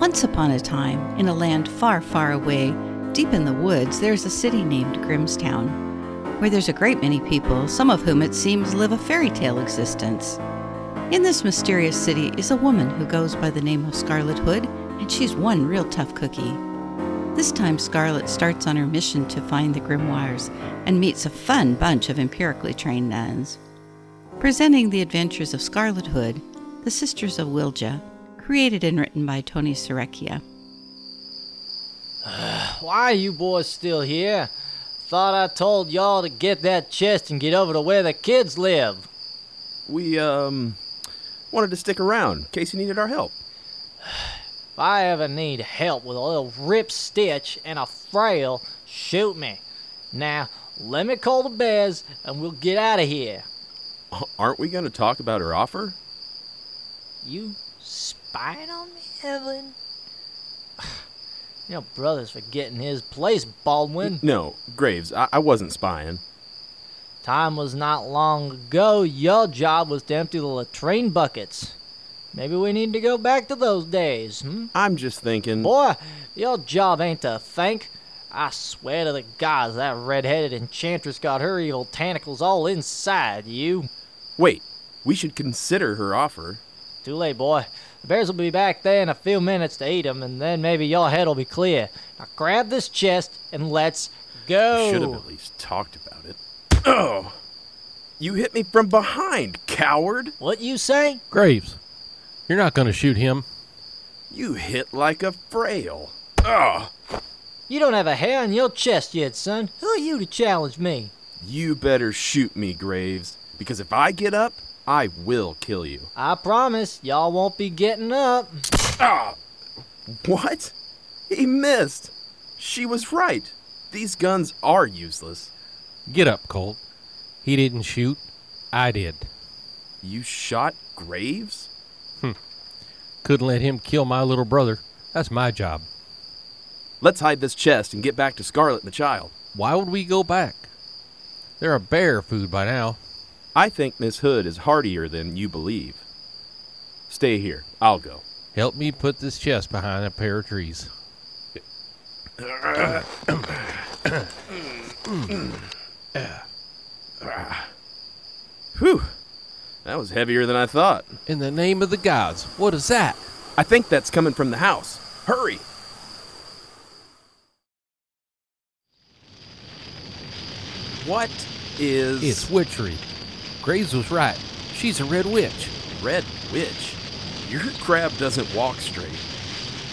Once upon a time, in a land far, far away, deep in the woods, there's a city named Grimmstown, where there's a great many people, some of whom it seems live a fairy tale existence. In this mysterious city is a woman who goes by the name of Scarlet Hood, and she's one real tough cookie. This time, Scarlet starts on her mission to find the Grimoires and meets a fun bunch of empirically trained nuns. Presenting the adventures of Scarlet Hood, The Sisters of Wilja, created and written by Tony Serecchia. Why are you boys still here? Thought I told y'all to get that chest and get over to where the kids live. We, um, wanted to stick around in case you needed our help. If I ever need help with a little rip stitch and a frail, shoot me. Now, let me call the bears and we'll get out of here. Aren't we going to talk about her offer? You spying on me, Evelyn? Your brother's forgetting his place, Baldwin. No, Graves, I, I wasn't spying. Time was not long ago. Your job was to empty the latrine buckets. Maybe we need to go back to those days, hmm? I'm just thinking. Boy, your job ain't to think. I swear to the gods, that red-headed enchantress got her evil tentacles all inside you. Wait, we should consider her offer. Too late, boy. The bears will be back there in a few minutes to eat 'em, and then maybe your head will be clear. Now grab this chest and let's We should have go. at least talked about it. Oh! You hit me from behind, coward! What you say? Graves, you're not going to shoot him. You hit like a frail. Oh! You don't have a hair on your chest yet, son. Who are you to challenge me? You better shoot me, Graves, because if I get up, I will kill you. I promise y'all won't be getting up. Ah! What? He missed! She was right. These guns are useless. Get up, Colt. He didn't shoot. I did. You shot Graves? Hmm. Couldn't let him kill my little brother. That's my job. Let's hide this chest and get back to Scarlet and the child. Why would we go back? They're a bear food by now. I think Miss Hood is hardier than you believe. Stay here. I'll go. Help me put this chest behind a pair of trees. Whew. That was heavier than I thought. In the name of the gods, what is that? I think that's coming from the house. Hurry! What is It's witchery. Graves was right. She's a red witch. Red Witch? Your crab doesn't walk straight.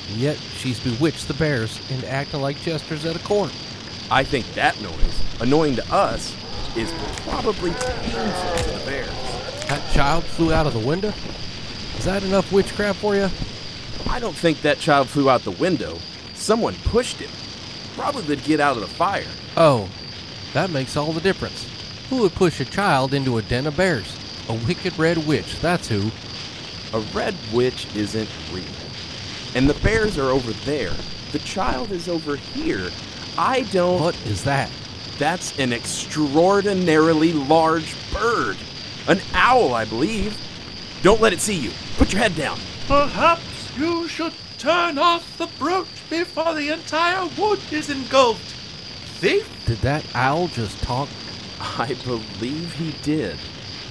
And yet she's bewitched the bears into acting like jesters at a court. I think that noise, annoying to us, is probably painful to the bears. That child flew out of the window? Is that enough witchcraft for you? I don't think that child flew out the window. Someone pushed him, probably to get out of the fire. Oh, that makes all the difference. Who would push a child into a den of bears? A wicked red witch, that's who. A red witch isn't real. And the bears are over there. The child is over here. I don't. What is that? That's an extraordinarily large bird. An owl, I believe. Don't let it see you. Put your head down. Perhaps you should turn off the brooch before the entire wood is engulfed. Thief? Did that owl just talk? I believe he did.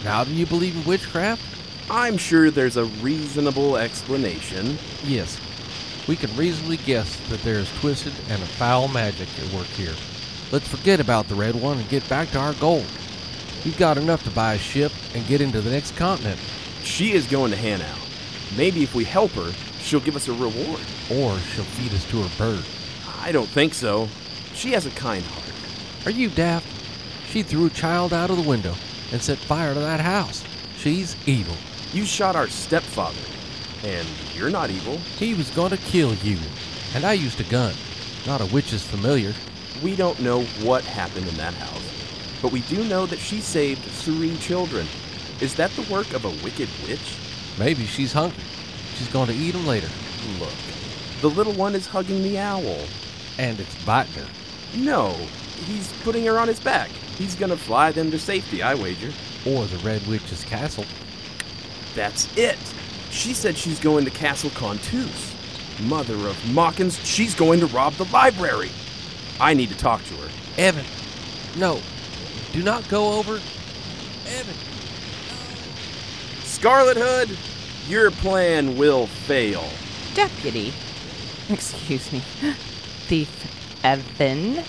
Now do you believe in witchcraft? I'm sure there's a reasonable explanation. Yes. We can reasonably guess that there is twisted and a foul magic at work here. Let's forget about the red one and get back to our goal. We've got enough to buy a ship and get into the next continent, She is going to Hanau. Maybe if we help her, she'll give us a reward. or she'll feed us to her bird. I don't think so. She has a kind heart. Are you daft? She threw a child out of the window and set fire to that house. She's evil. You shot our stepfather, and you're not evil. He was going to kill you, and I used a gun, not a witch's familiar. We don't know what happened in that house, but we do know that she saved three children. Is that the work of a wicked witch? Maybe she's hungry. She's going to eat him later, Look, the little one is hugging the owl. and it's biting her. No, he's putting her on his back. He's gonna fly them to safety, I wager. Or the Red Witch's castle. That's it. She said she's going to Castle Contus. Mother of Mockins, she's going to rob the library. I need to talk to her. Evan, no. Do not go over. Evan. Scarlet Hood, your plan will fail. Deputy. Excuse me. Thief Evan.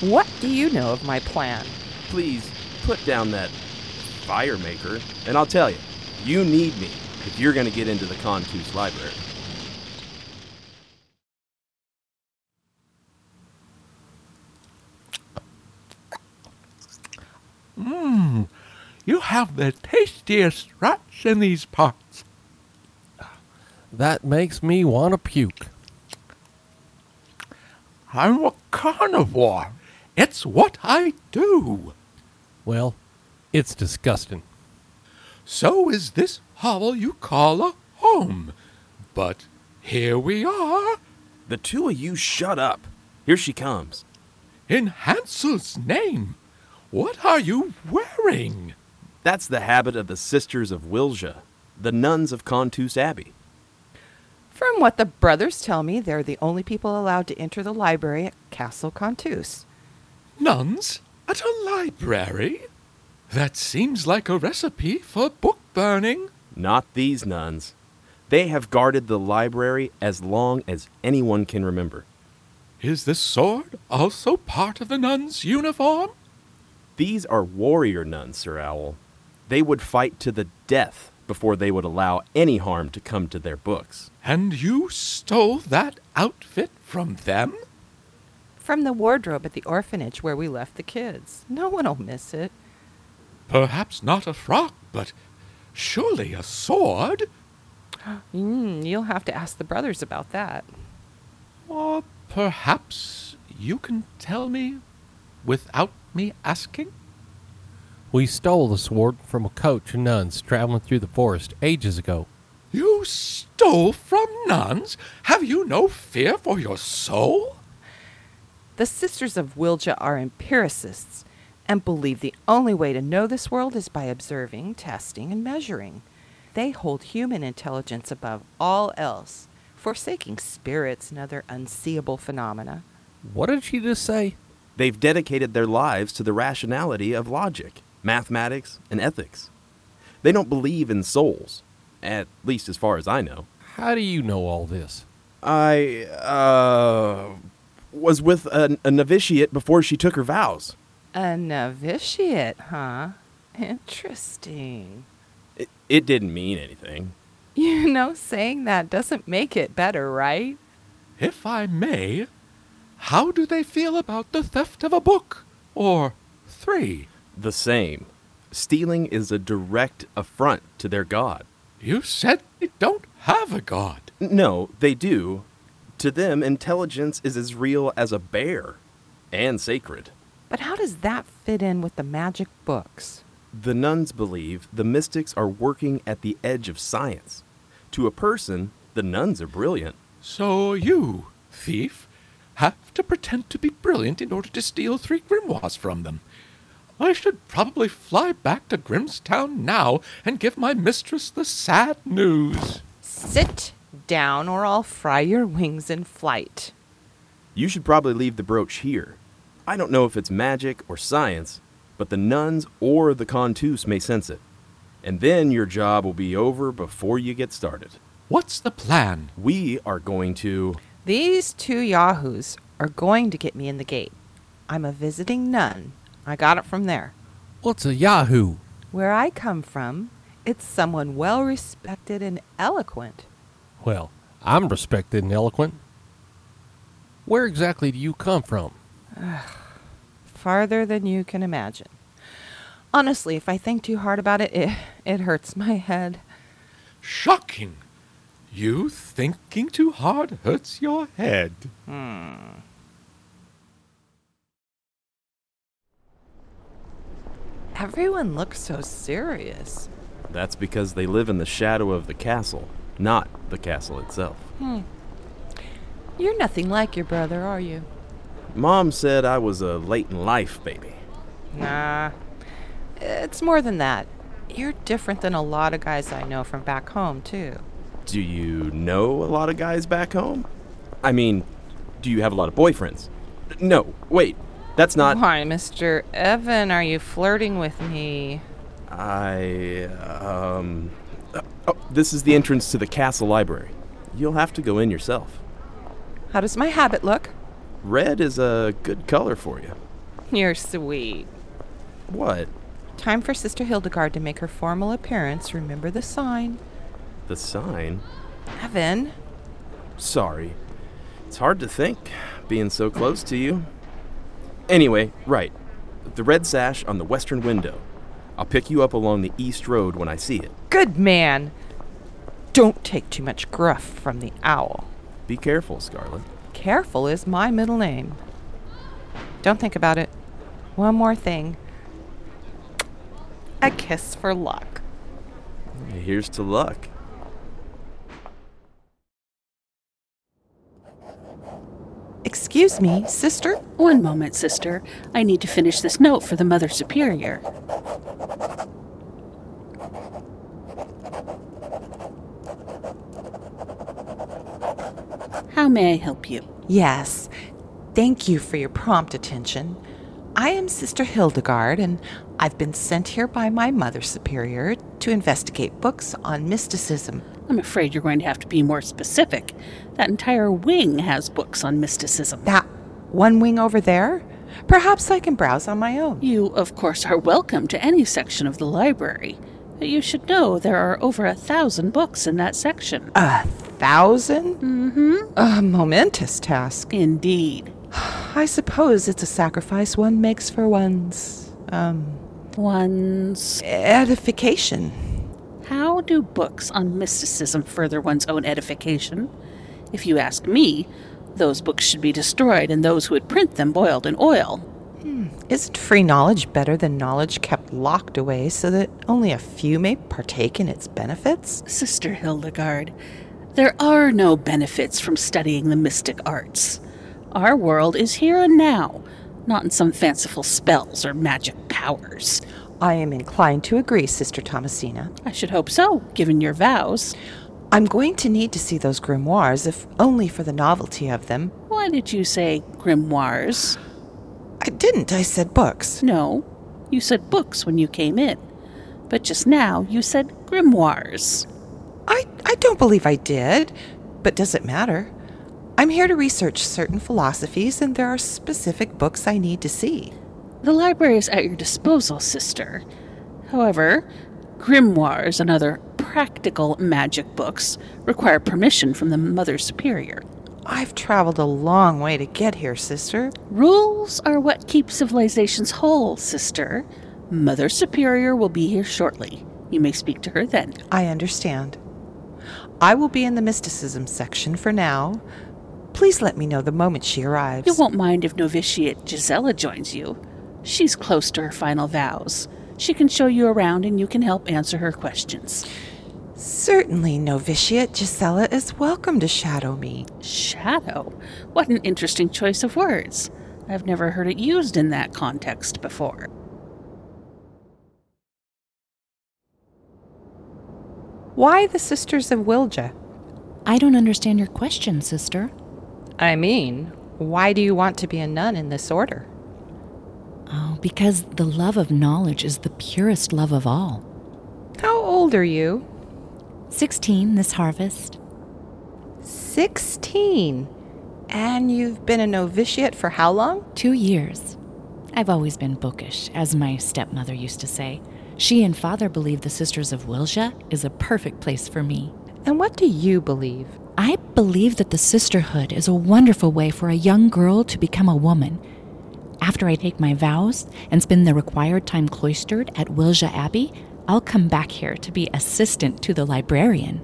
What do you know of my plan? Please put down that fire maker, and I'll tell you, you need me if you're going to get into the Contus library. Mmm, you have the tastiest rats in these parts. That makes me want to puke. I'm a carnivore. It's what I do. Well, it's disgusting. So is this hovel you call a home. But here we are. The two of you shut up. Here she comes. In Hansel's name, what are you wearing? That's the habit of the Sisters of Wilja, the nuns of Contus Abbey. From what the brothers tell me, they're the only people allowed to enter the library at Castle Contus. Nuns at a library? That seems like a recipe for book burning. Not these nuns. They have guarded the library as long as anyone can remember. Is this sword also part of the nun's uniform? These are warrior nuns, Sir Owl. They would fight to the death before they would allow any harm to come to their books. And you stole that outfit from them? From the wardrobe at the orphanage where we left the kids. No one'll miss it. Perhaps not a frock, but surely a sword? Mm, you'll have to ask the brothers about that. Or perhaps you can tell me without me asking? We stole the sword from a coach of nuns traveling through the forest ages ago. You stole from nuns? Have you no fear for your soul? The Sisters of Wilja are empiricists and believe the only way to know this world is by observing, testing, and measuring. They hold human intelligence above all else, forsaking spirits and other unseeable phenomena. What did she just say? They've dedicated their lives to the rationality of logic, mathematics, and ethics. They don't believe in souls, at least as far as I know. How do you know all this? I, uh, was with a, a novitiate before she took her vows. A novitiate, huh? Interesting. It, it didn't mean anything. You know, saying that doesn't make it better, right? If I may, how do they feel about the theft of a book? Or three? The same. Stealing is a direct affront to their god. You said they don't have a god. No, they do. To them, intelligence is as real as a bear and sacred. But how does that fit in with the magic books? The nuns believe the mystics are working at the edge of science. To a person, the nuns are brilliant. So you, thief, have to pretend to be brilliant in order to steal three grimoires from them. I should probably fly back to Grimstown now and give my mistress the sad news. Sit down or I'll fry your wings in flight. You should probably leave the brooch here. I don't know if it's magic or science, but the nuns or the contus may sense it. And then your job will be over before you get started. What's the plan? We are going to. These two yahoos are going to get me in the gate. I'm a visiting nun. I got it from there. What's a Yahoo? Where I come from, it's someone well respected and eloquent. Well, I'm respected and eloquent. Where exactly do you come from? farther than you can imagine. Honestly, if I think too hard about it, it, it hurts my head. Shocking! You thinking too hard hurts your head. Hmm. Everyone looks so serious. That's because they live in the shadow of the castle, not the castle itself. Hmm. You're nothing like your brother, are you? Mom said I was a late in life baby. Nah. It's more than that. You're different than a lot of guys I know from back home, too. Do you know a lot of guys back home? I mean, do you have a lot of boyfriends? No, wait, that's not. Why, Mr. Evan, are you flirting with me? I. Um. Oh, this is the entrance to the castle library. You'll have to go in yourself. How does my habit look? Red is a good color for you. You're sweet. What? Time for Sister Hildegard to make her formal appearance. Remember the sign. The sign? Evan, Sorry. It's hard to think, being so close to you. Anyway, right. The red sash on the western window. I'll pick you up along the east road when I see it. good man. Don't take too much gruff from the owl. Be careful, Scarlet. Careful is my middle name. Don't think about it. One more thing. A kiss for luck. Here's to luck. Excuse me, sister? One moment, sister. I need to finish this note for the Mother Superior. How may I help you? Yes. Thank you for your prompt attention. I am Sister Hildegard, and I've been sent here by my Mother Superior to investigate books on mysticism. I'm afraid you're going to have to be more specific. That entire wing has books on mysticism. That one wing over there? Perhaps I can browse on my own. You, of course, are welcome to any section of the library, but you should know there are over a thousand books in that section. A thousand? Mm-hmm. A momentous task. Indeed. I suppose it's a sacrifice one makes for one's um, One's edification. How do books on mysticism further one's own edification? If you ask me, those books should be destroyed and those who would print them boiled in oil. Isn't free knowledge better than knowledge kept locked away so that only a few may partake in its benefits? Sister Hildegard, there are no benefits from studying the mystic arts. Our world is here and now, not in some fanciful spells or magic powers. I am inclined to agree, Sister Thomasina. I should hope so, given your vows. I'm going to need to see those grimoires, if only for the novelty of them. Why did you say grimoires? I didn't, I said books. No, you said books when you came in. But just now you said grimoires. I, I don't believe I did, but does it matter? I'm here to research certain philosophies, and there are specific books I need to see. The library is at your disposal, sister. However, grimoires and other practical magic books require permission from the Mother Superior. I've traveled a long way to get here, sister. Rules are what keep civilizations whole, sister. Mother Superior will be here shortly. You may speak to her then. I understand. I will be in the mysticism section for now. Please let me know the moment she arrives. You won't mind if novitiate Gisela joins you. She's close to her final vows. She can show you around and you can help answer her questions. Certainly, novitiate Gisela is welcome to shadow me. Shadow? What an interesting choice of words. I've never heard it used in that context before. Why the Sisters of Wilja? I don't understand your question, sister. I mean, why do you want to be a nun in this order? Oh, because the love of knowledge is the purest love of all. How old are you? 16 this harvest. Sixteen. And you've been a novitiate for how long? Two years. I've always been bookish, as my stepmother used to say. She and father believe the Sisters of Wilja is a perfect place for me. And what do you believe? I believe that the sisterhood is a wonderful way for a young girl to become a woman. After I take my vows and spend the required time cloistered at Wilja Abbey, I'll come back here to be assistant to the librarian.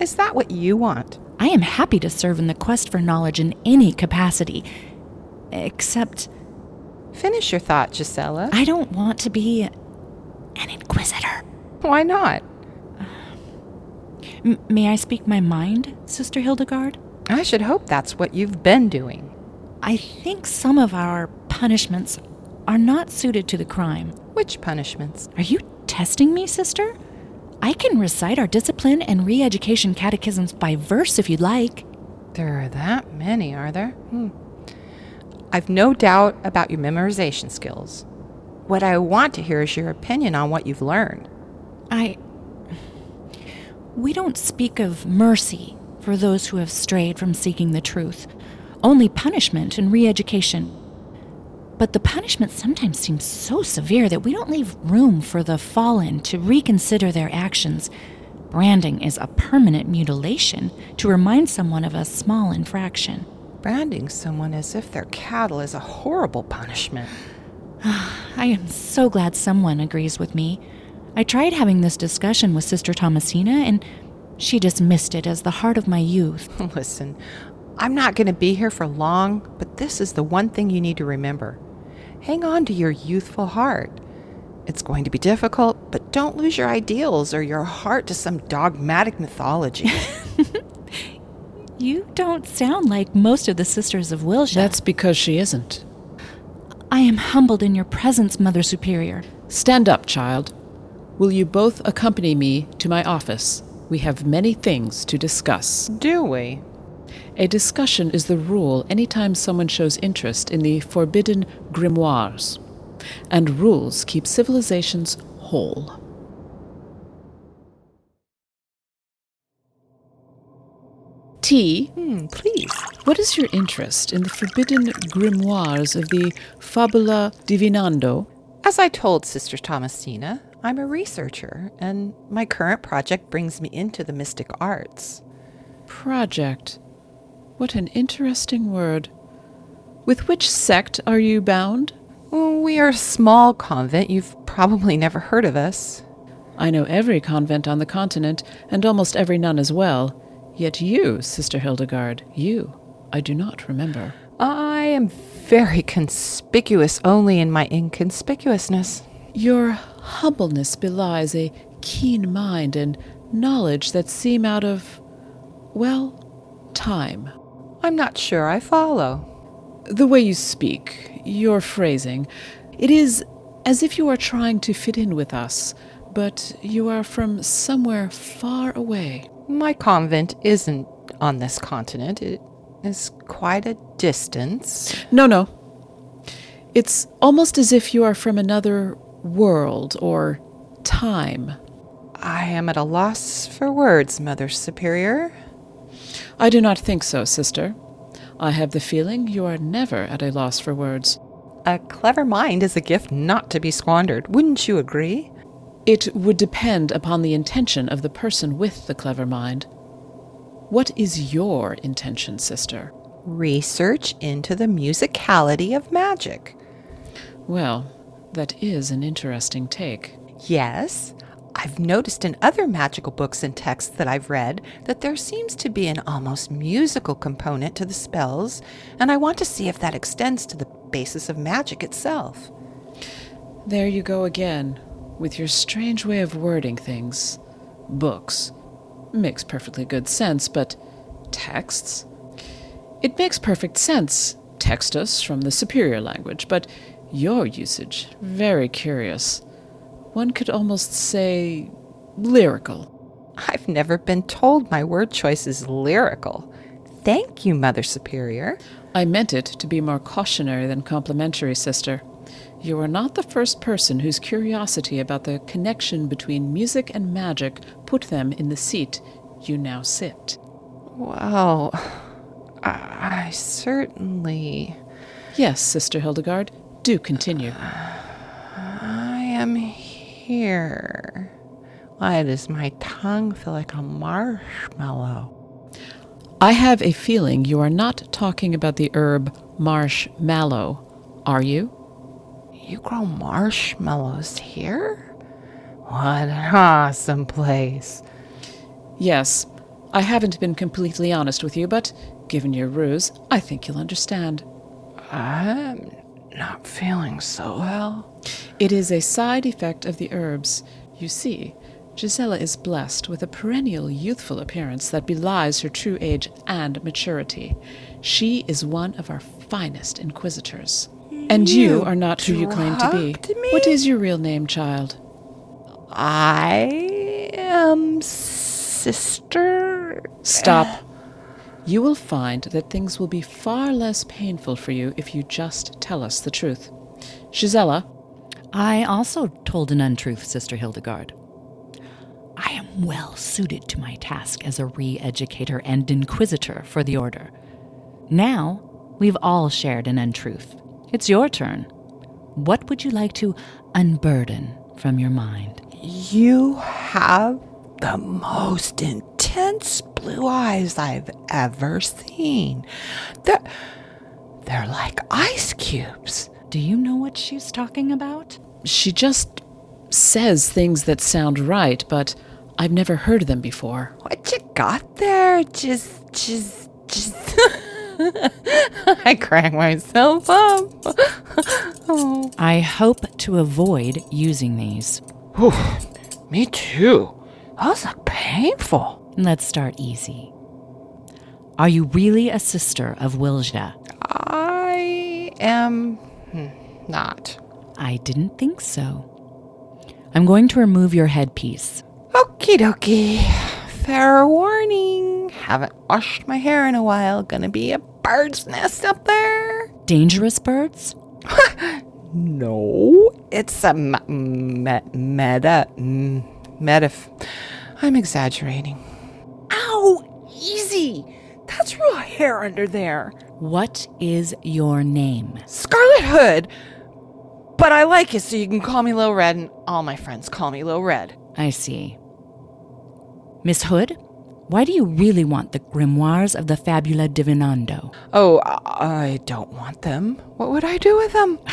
Is that what you want? I am happy to serve in the quest for knowledge in any capacity. Except, Finish your thought, Gisela. I don't want to be an inquisitor. Why not? M- may I speak my mind, Sister Hildegard? I should hope that's what you've been doing. I think some of our punishments are not suited to the crime. Which punishments? Are you testing me, sister? I can recite our discipline and re education catechisms by verse if you'd like. There are that many, are there? Hmm. I've no doubt about your memorization skills. What I want to hear is your opinion on what you've learned. I. We don't speak of mercy for those who have strayed from seeking the truth, only punishment and re education. But the punishment sometimes seems so severe that we don't leave room for the fallen to reconsider their actions. Branding is a permanent mutilation to remind someone of a small infraction. Branding someone as if they're cattle is a horrible punishment. I am so glad someone agrees with me. I tried having this discussion with Sister Thomasina, and she dismissed it as the heart of my youth. Listen, I'm not going to be here for long, but this is the one thing you need to remember. Hang on to your youthful heart. It's going to be difficult, but don't lose your ideals or your heart to some dogmatic mythology. You don't sound like most of the Sisters of Wilja. That's because she isn't. I am humbled in your presence, Mother Superior. Stand up, child. Will you both accompany me to my office? We have many things to discuss. Do we? A discussion is the rule anytime someone shows interest in the forbidden grimoires. And rules keep civilizations whole. Tea, Hmm, please. what is your interest in the forbidden grimoires of the Fabula Divinando? As I told Sister Thomasina, I'm a researcher, and my current project brings me into the mystic arts. Project. What an interesting word. With which sect are you bound? We are a small convent. You've probably never heard of us. I know every convent on the continent, and almost every nun as well. Yet you, Sister Hildegard, you, I do not remember. I am very conspicuous only in my inconspicuousness. Your humbleness belies a keen mind and knowledge that seem out of, well, time. I'm not sure I follow. The way you speak, your phrasing, it is as if you are trying to fit in with us, but you are from somewhere far away. My convent isn't on this continent, it is quite a distance. No, no. It's almost as if you are from another world or time. I am at a loss for words, Mother Superior. I do not think so, sister. I have the feeling you are never at a loss for words. A clever mind is a gift not to be squandered, wouldn't you agree? It would depend upon the intention of the person with the clever mind. What is your intention, sister? Research into the musicality of magic. Well, that is an interesting take. Yes, I've noticed in other magical books and texts that I've read that there seems to be an almost musical component to the spells, and I want to see if that extends to the basis of magic itself. There you go again, with your strange way of wording things. Books. Makes perfectly good sense, but texts? It makes perfect sense. Text us from the superior language, but your usage, very curious. One could almost say lyrical. I've never been told my word choice is lyrical. Thank you, Mother Superior. I meant it to be more cautionary than complimentary, sister. You are not the first person whose curiosity about the connection between music and magic put them in the seat you now sit. Well, I I certainly. Yes, Sister Hildegard, do continue. I am here. Why does my tongue feel like a marshmallow? I have a feeling you are not talking about the herb marshmallow, are you? You grow marshmallows here? What an awesome place. Yes, I haven't been completely honest with you, but given your ruse, I think you'll understand. I'm not feeling so well. It is a side effect of the herbs. You see, Gisela is blessed with a perennial youthful appearance that belies her true age and maturity. She is one of our finest inquisitors. And you, You are not who you claim to be. drugged me? What is your real name, child? I Um, sister? Stop. You will find that things will be far less painful for you if you just tell us the truth. Gisela, I also told an untruth, Sister Hildegard. I am well suited to my task as a re educator and inquisitor for the Order. Now, we've all shared an untruth. It's your turn. What would you like to unburden from your mind? You have the most intense blue eyes I've ever seen. They're, they're like ice cubes. Do you know what she's talking about? she just says things that sound right, but I've never heard them before. What you got there? Just, just, just. I crack myself up. oh. I hope to avoid using these. Me too. Those look painful. Let's start easy. Are you really a sister of Wilja? I am hmm, not. I didn't think so. I'm going to remove your headpiece. Okie dokie. Fair warning. Haven't washed my hair in a while. Gonna be a bird's nest up there. Dangerous birds? No, it's a me- me- meta. mm, Metaf. I'm exaggerating. Ow! Easy. That's real hair under there. What is your name? Scarlet Hood. But I like it, so you can call me Low Red, and all my friends call me Low Red. I see. Miss Hood, why do you really want the grimoires of the Fabula Divinando? Oh, I I don't want them. What would I do with them?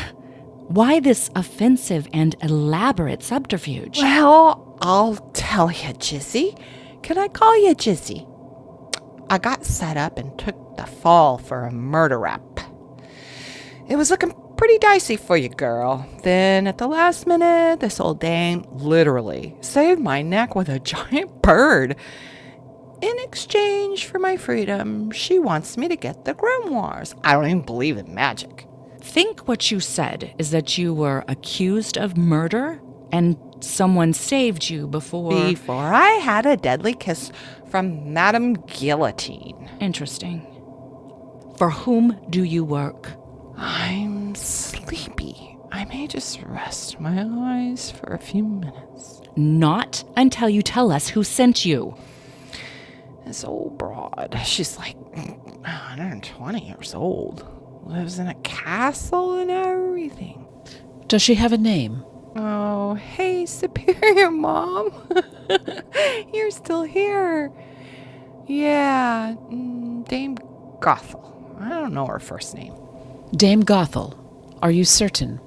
Why this offensive and elaborate subterfuge? Well, I'll tell you, Jizzy. Can I call you Jizzy? I got set up and took the fall for a murder rap. It was looking pretty dicey for you, girl. Then at the last minute, this old dame literally saved my neck with a giant bird. In exchange for my freedom, she wants me to get the grimoires. I don't even believe in magic. Think what you said is that you were accused of murder and someone saved you before. Before I had a deadly kiss from Madame Guillotine. Interesting. For whom do you work? I'm sleepy. I may just rest my eyes for a few minutes. Not until you tell us who sent you. This old broad, she's like 120 years old, lives in a castle and everything. Does she have a name? Oh, hey, Superior Mom. You're still here. Yeah, mm, Dame Gothel. I don't know her first name. Dame Gothel. Are you certain?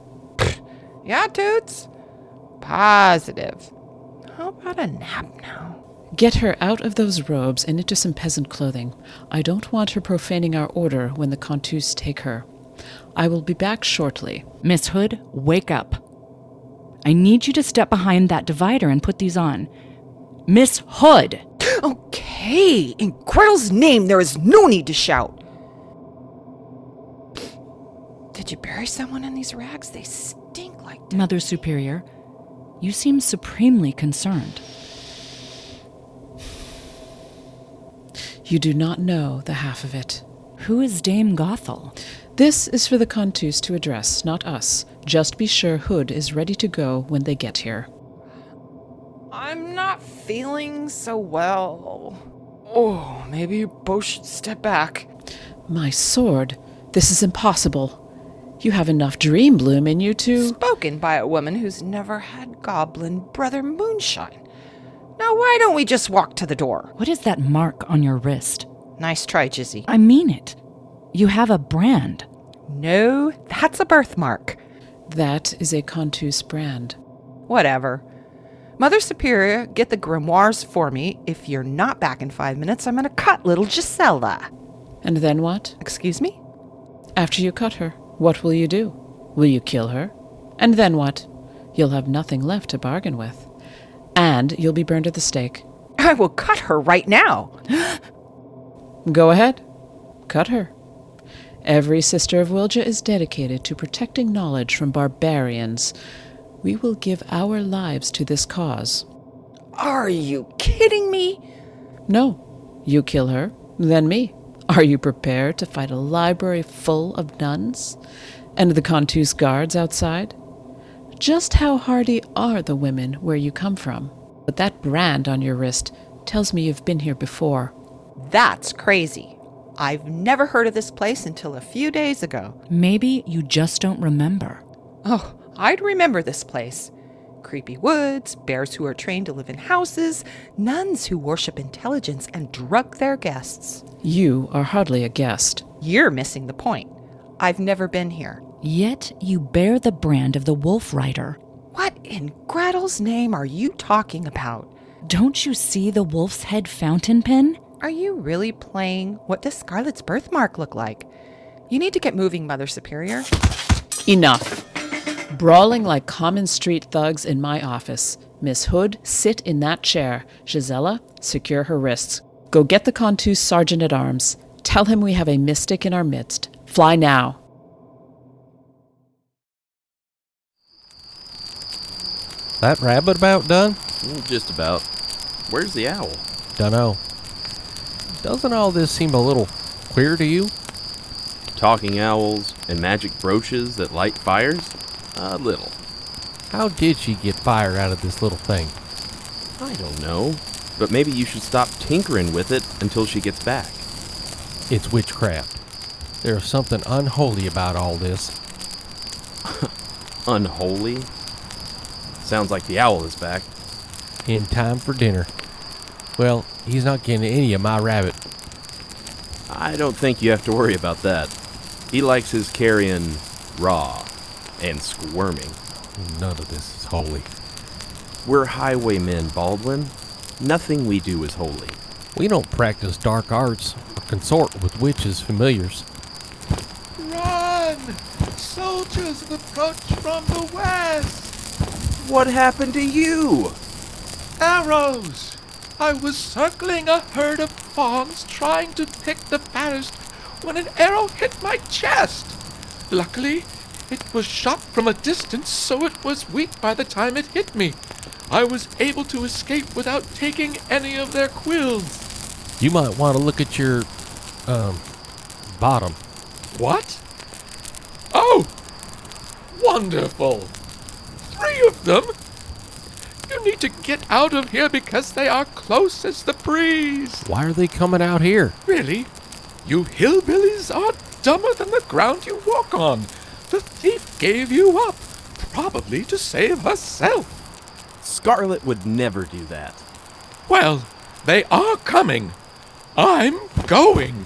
Yeah, Toots? Positive. How about a nap now? Get her out of those robes and into some peasant clothing. I don't want her profaning our order when the Contus take her. I will be back shortly. Miss Hood, wake up. I need you to step behind that divider and put these on. Miss Hood! Okay, in Gretel's name, there is no need to shout. Did you bury someone in these rags? They stink like death. Mother Superior, you seem supremely concerned. You do not know the half of it. Who is Dame Gothel? This is for the Contus to address, not us. Just be sure Hood is ready to go when they get here. I'm not feeling so well. Oh, maybe you both should step back. My sword! This is impossible. You have enough dream bloom in you to. Spoken by a woman who's never had goblin brother moonshine. Now, why don't we just walk to the door? What is that mark on your wrist? Nice try, Jizzy. I mean it. You have a brand. No, that's a birthmark. That is a Contus brand. Whatever. Mother Superior, get the grimoires for me. If you're not back in five minutes, I'm gonna cut little Gisela. And then what? Excuse me? After you cut her, what will you do? Will you kill her? And then what? You'll have nothing left to bargain with. And you'll be burned at the stake. I will cut her right now. Go ahead. Cut her. Every sister of Wilja is dedicated to protecting knowledge from barbarians. We will give our lives to this cause. Are you kidding me? No, you kill her, then me. Are you prepared to fight a library full of nuns? And the Contus guards outside? Just how hardy are the women where you come from? But that brand on your wrist tells me you've been here before. That's crazy. I've never heard of this place until a few days ago. Maybe you just don't remember. Oh, I'd remember this place. Creepy woods, bears who are trained to live in houses, nuns who worship intelligence and drug their guests. You are hardly a guest. You're missing the point. I've never been here. Yet you bear the brand of the Wolf Rider. What in Gretel's name are you talking about? Don't you see the wolf's head fountain pen? Are you really playing? What does Scarlet's birthmark look like? You need to get moving, Mother Superior. Enough. Brawling like common street thugs in my office. Miss Hood, sit in that chair. Gisela, secure her wrists. Go get the contus sergeant at arms. Tell him we have a mystic in our midst. Fly now. That rabbit about done? Mm, Just about. Where's the owl? Dunno. Doesn't all this seem a little queer to you? Talking owls and magic brooches that light fires? A little. How did she get fire out of this little thing? I don't know. But maybe you should stop tinkering with it until she gets back. It's witchcraft. There's something unholy about all this. Unholy? Sounds like the owl is back. In time for dinner. Well, he's not getting any of my rabbit. I don't think you have to worry about that. He likes his carrion raw and squirming. None of this is holy. We're highwaymen, Baldwin. Nothing we do is holy. We don't practice dark arts or consort with witches' familiars. Run! Soldiers approach from the west! What happened to you? Arrows! I was circling a herd of fawns trying to pick the fattest when an arrow hit my chest! Luckily, it was shot from a distance, so it was weak by the time it hit me. I was able to escape without taking any of their quills. You might want to look at your um bottom. What? Oh! Wonderful! Three of them? You need to get out of here because they are close as the breeze! Why are they coming out here? Really? You hillbillies are dumber than the ground you walk on. The thief gave you up, probably to save herself. Scarlet would never do that. Well, they are coming. I'm going.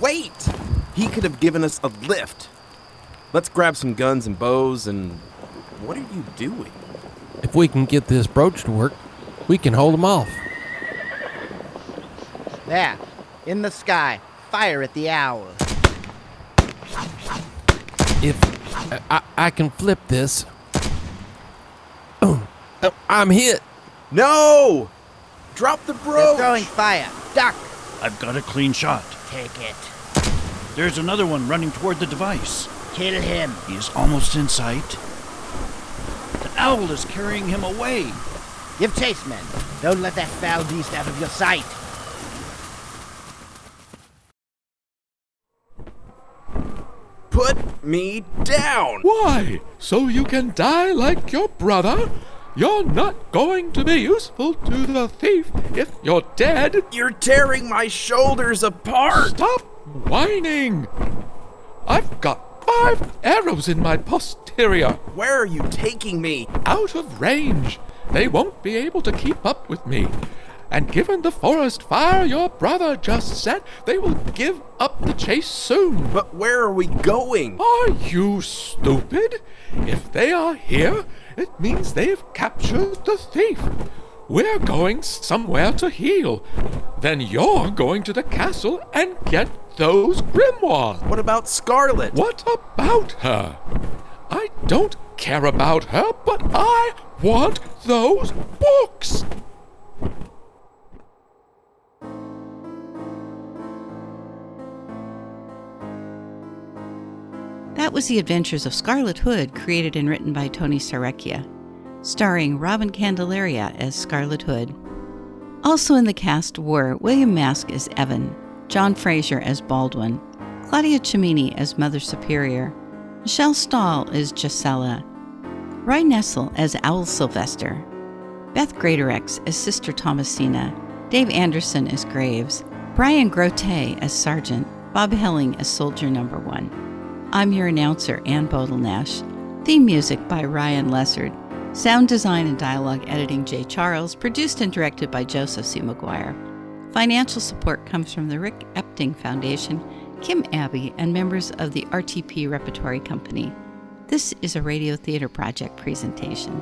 Wait! He could have given us a lift. Let's grab some guns and bows and. What are you doing? If we can get this brooch to work, we can hold them off. There, in the sky, fire at the owl. If I, I, I can flip this, oh, I'm hit. No! Drop the They're bro! throwing fire. Duck. I've got a clean shot. Take it. There's another one running toward the device. Kill him. He is almost in sight. The owl is carrying him away. Give chase, men. Don't let that foul beast out of your sight. Put me down! Why? So you can die like your brother? You're not going to be useful to the thief if you're dead. You're tearing my shoulders apart! Stop whining! I've got five arrows in my posterior, Where are you taking me? out of range. They won't be able to keep up with me. And given the forest fire your brother just set, they will give up the chase soon. But where are we going? Are you stupid? If they are here, it means they've captured the thief. We're going somewhere to heal. Then you're going to the castle and get those grimoires. What about Scarlet? What about her? I don't care about her, but I want those books. That was The Adventures of Scarlet Hood, created and written by Tony Sarecchia, starring Robin Candelaria as Scarlet Hood, Also in the cast were William Mask as Evan, John Fraser as Baldwin, Claudia Cimini as Mother Superior, Michelle Stahl as Gisela, Ryan Nessel as Owl Sylvester, Beth Greatorex as Sister Thomasina, Dave Anderson as Graves, Brian Grote as Sergeant, Bob Helling as Soldier Number One. I'm your announcer, Ann Nash. Theme music by Ryan Lessard. Sound design and dialogue editing, Jay Charles. Produced and directed by Joseph C. McGuire. Financial support comes from the Rick Epting Foundation, Kim Abbey, and members of the RTP Repertory Company. This is a radio theater project presentation.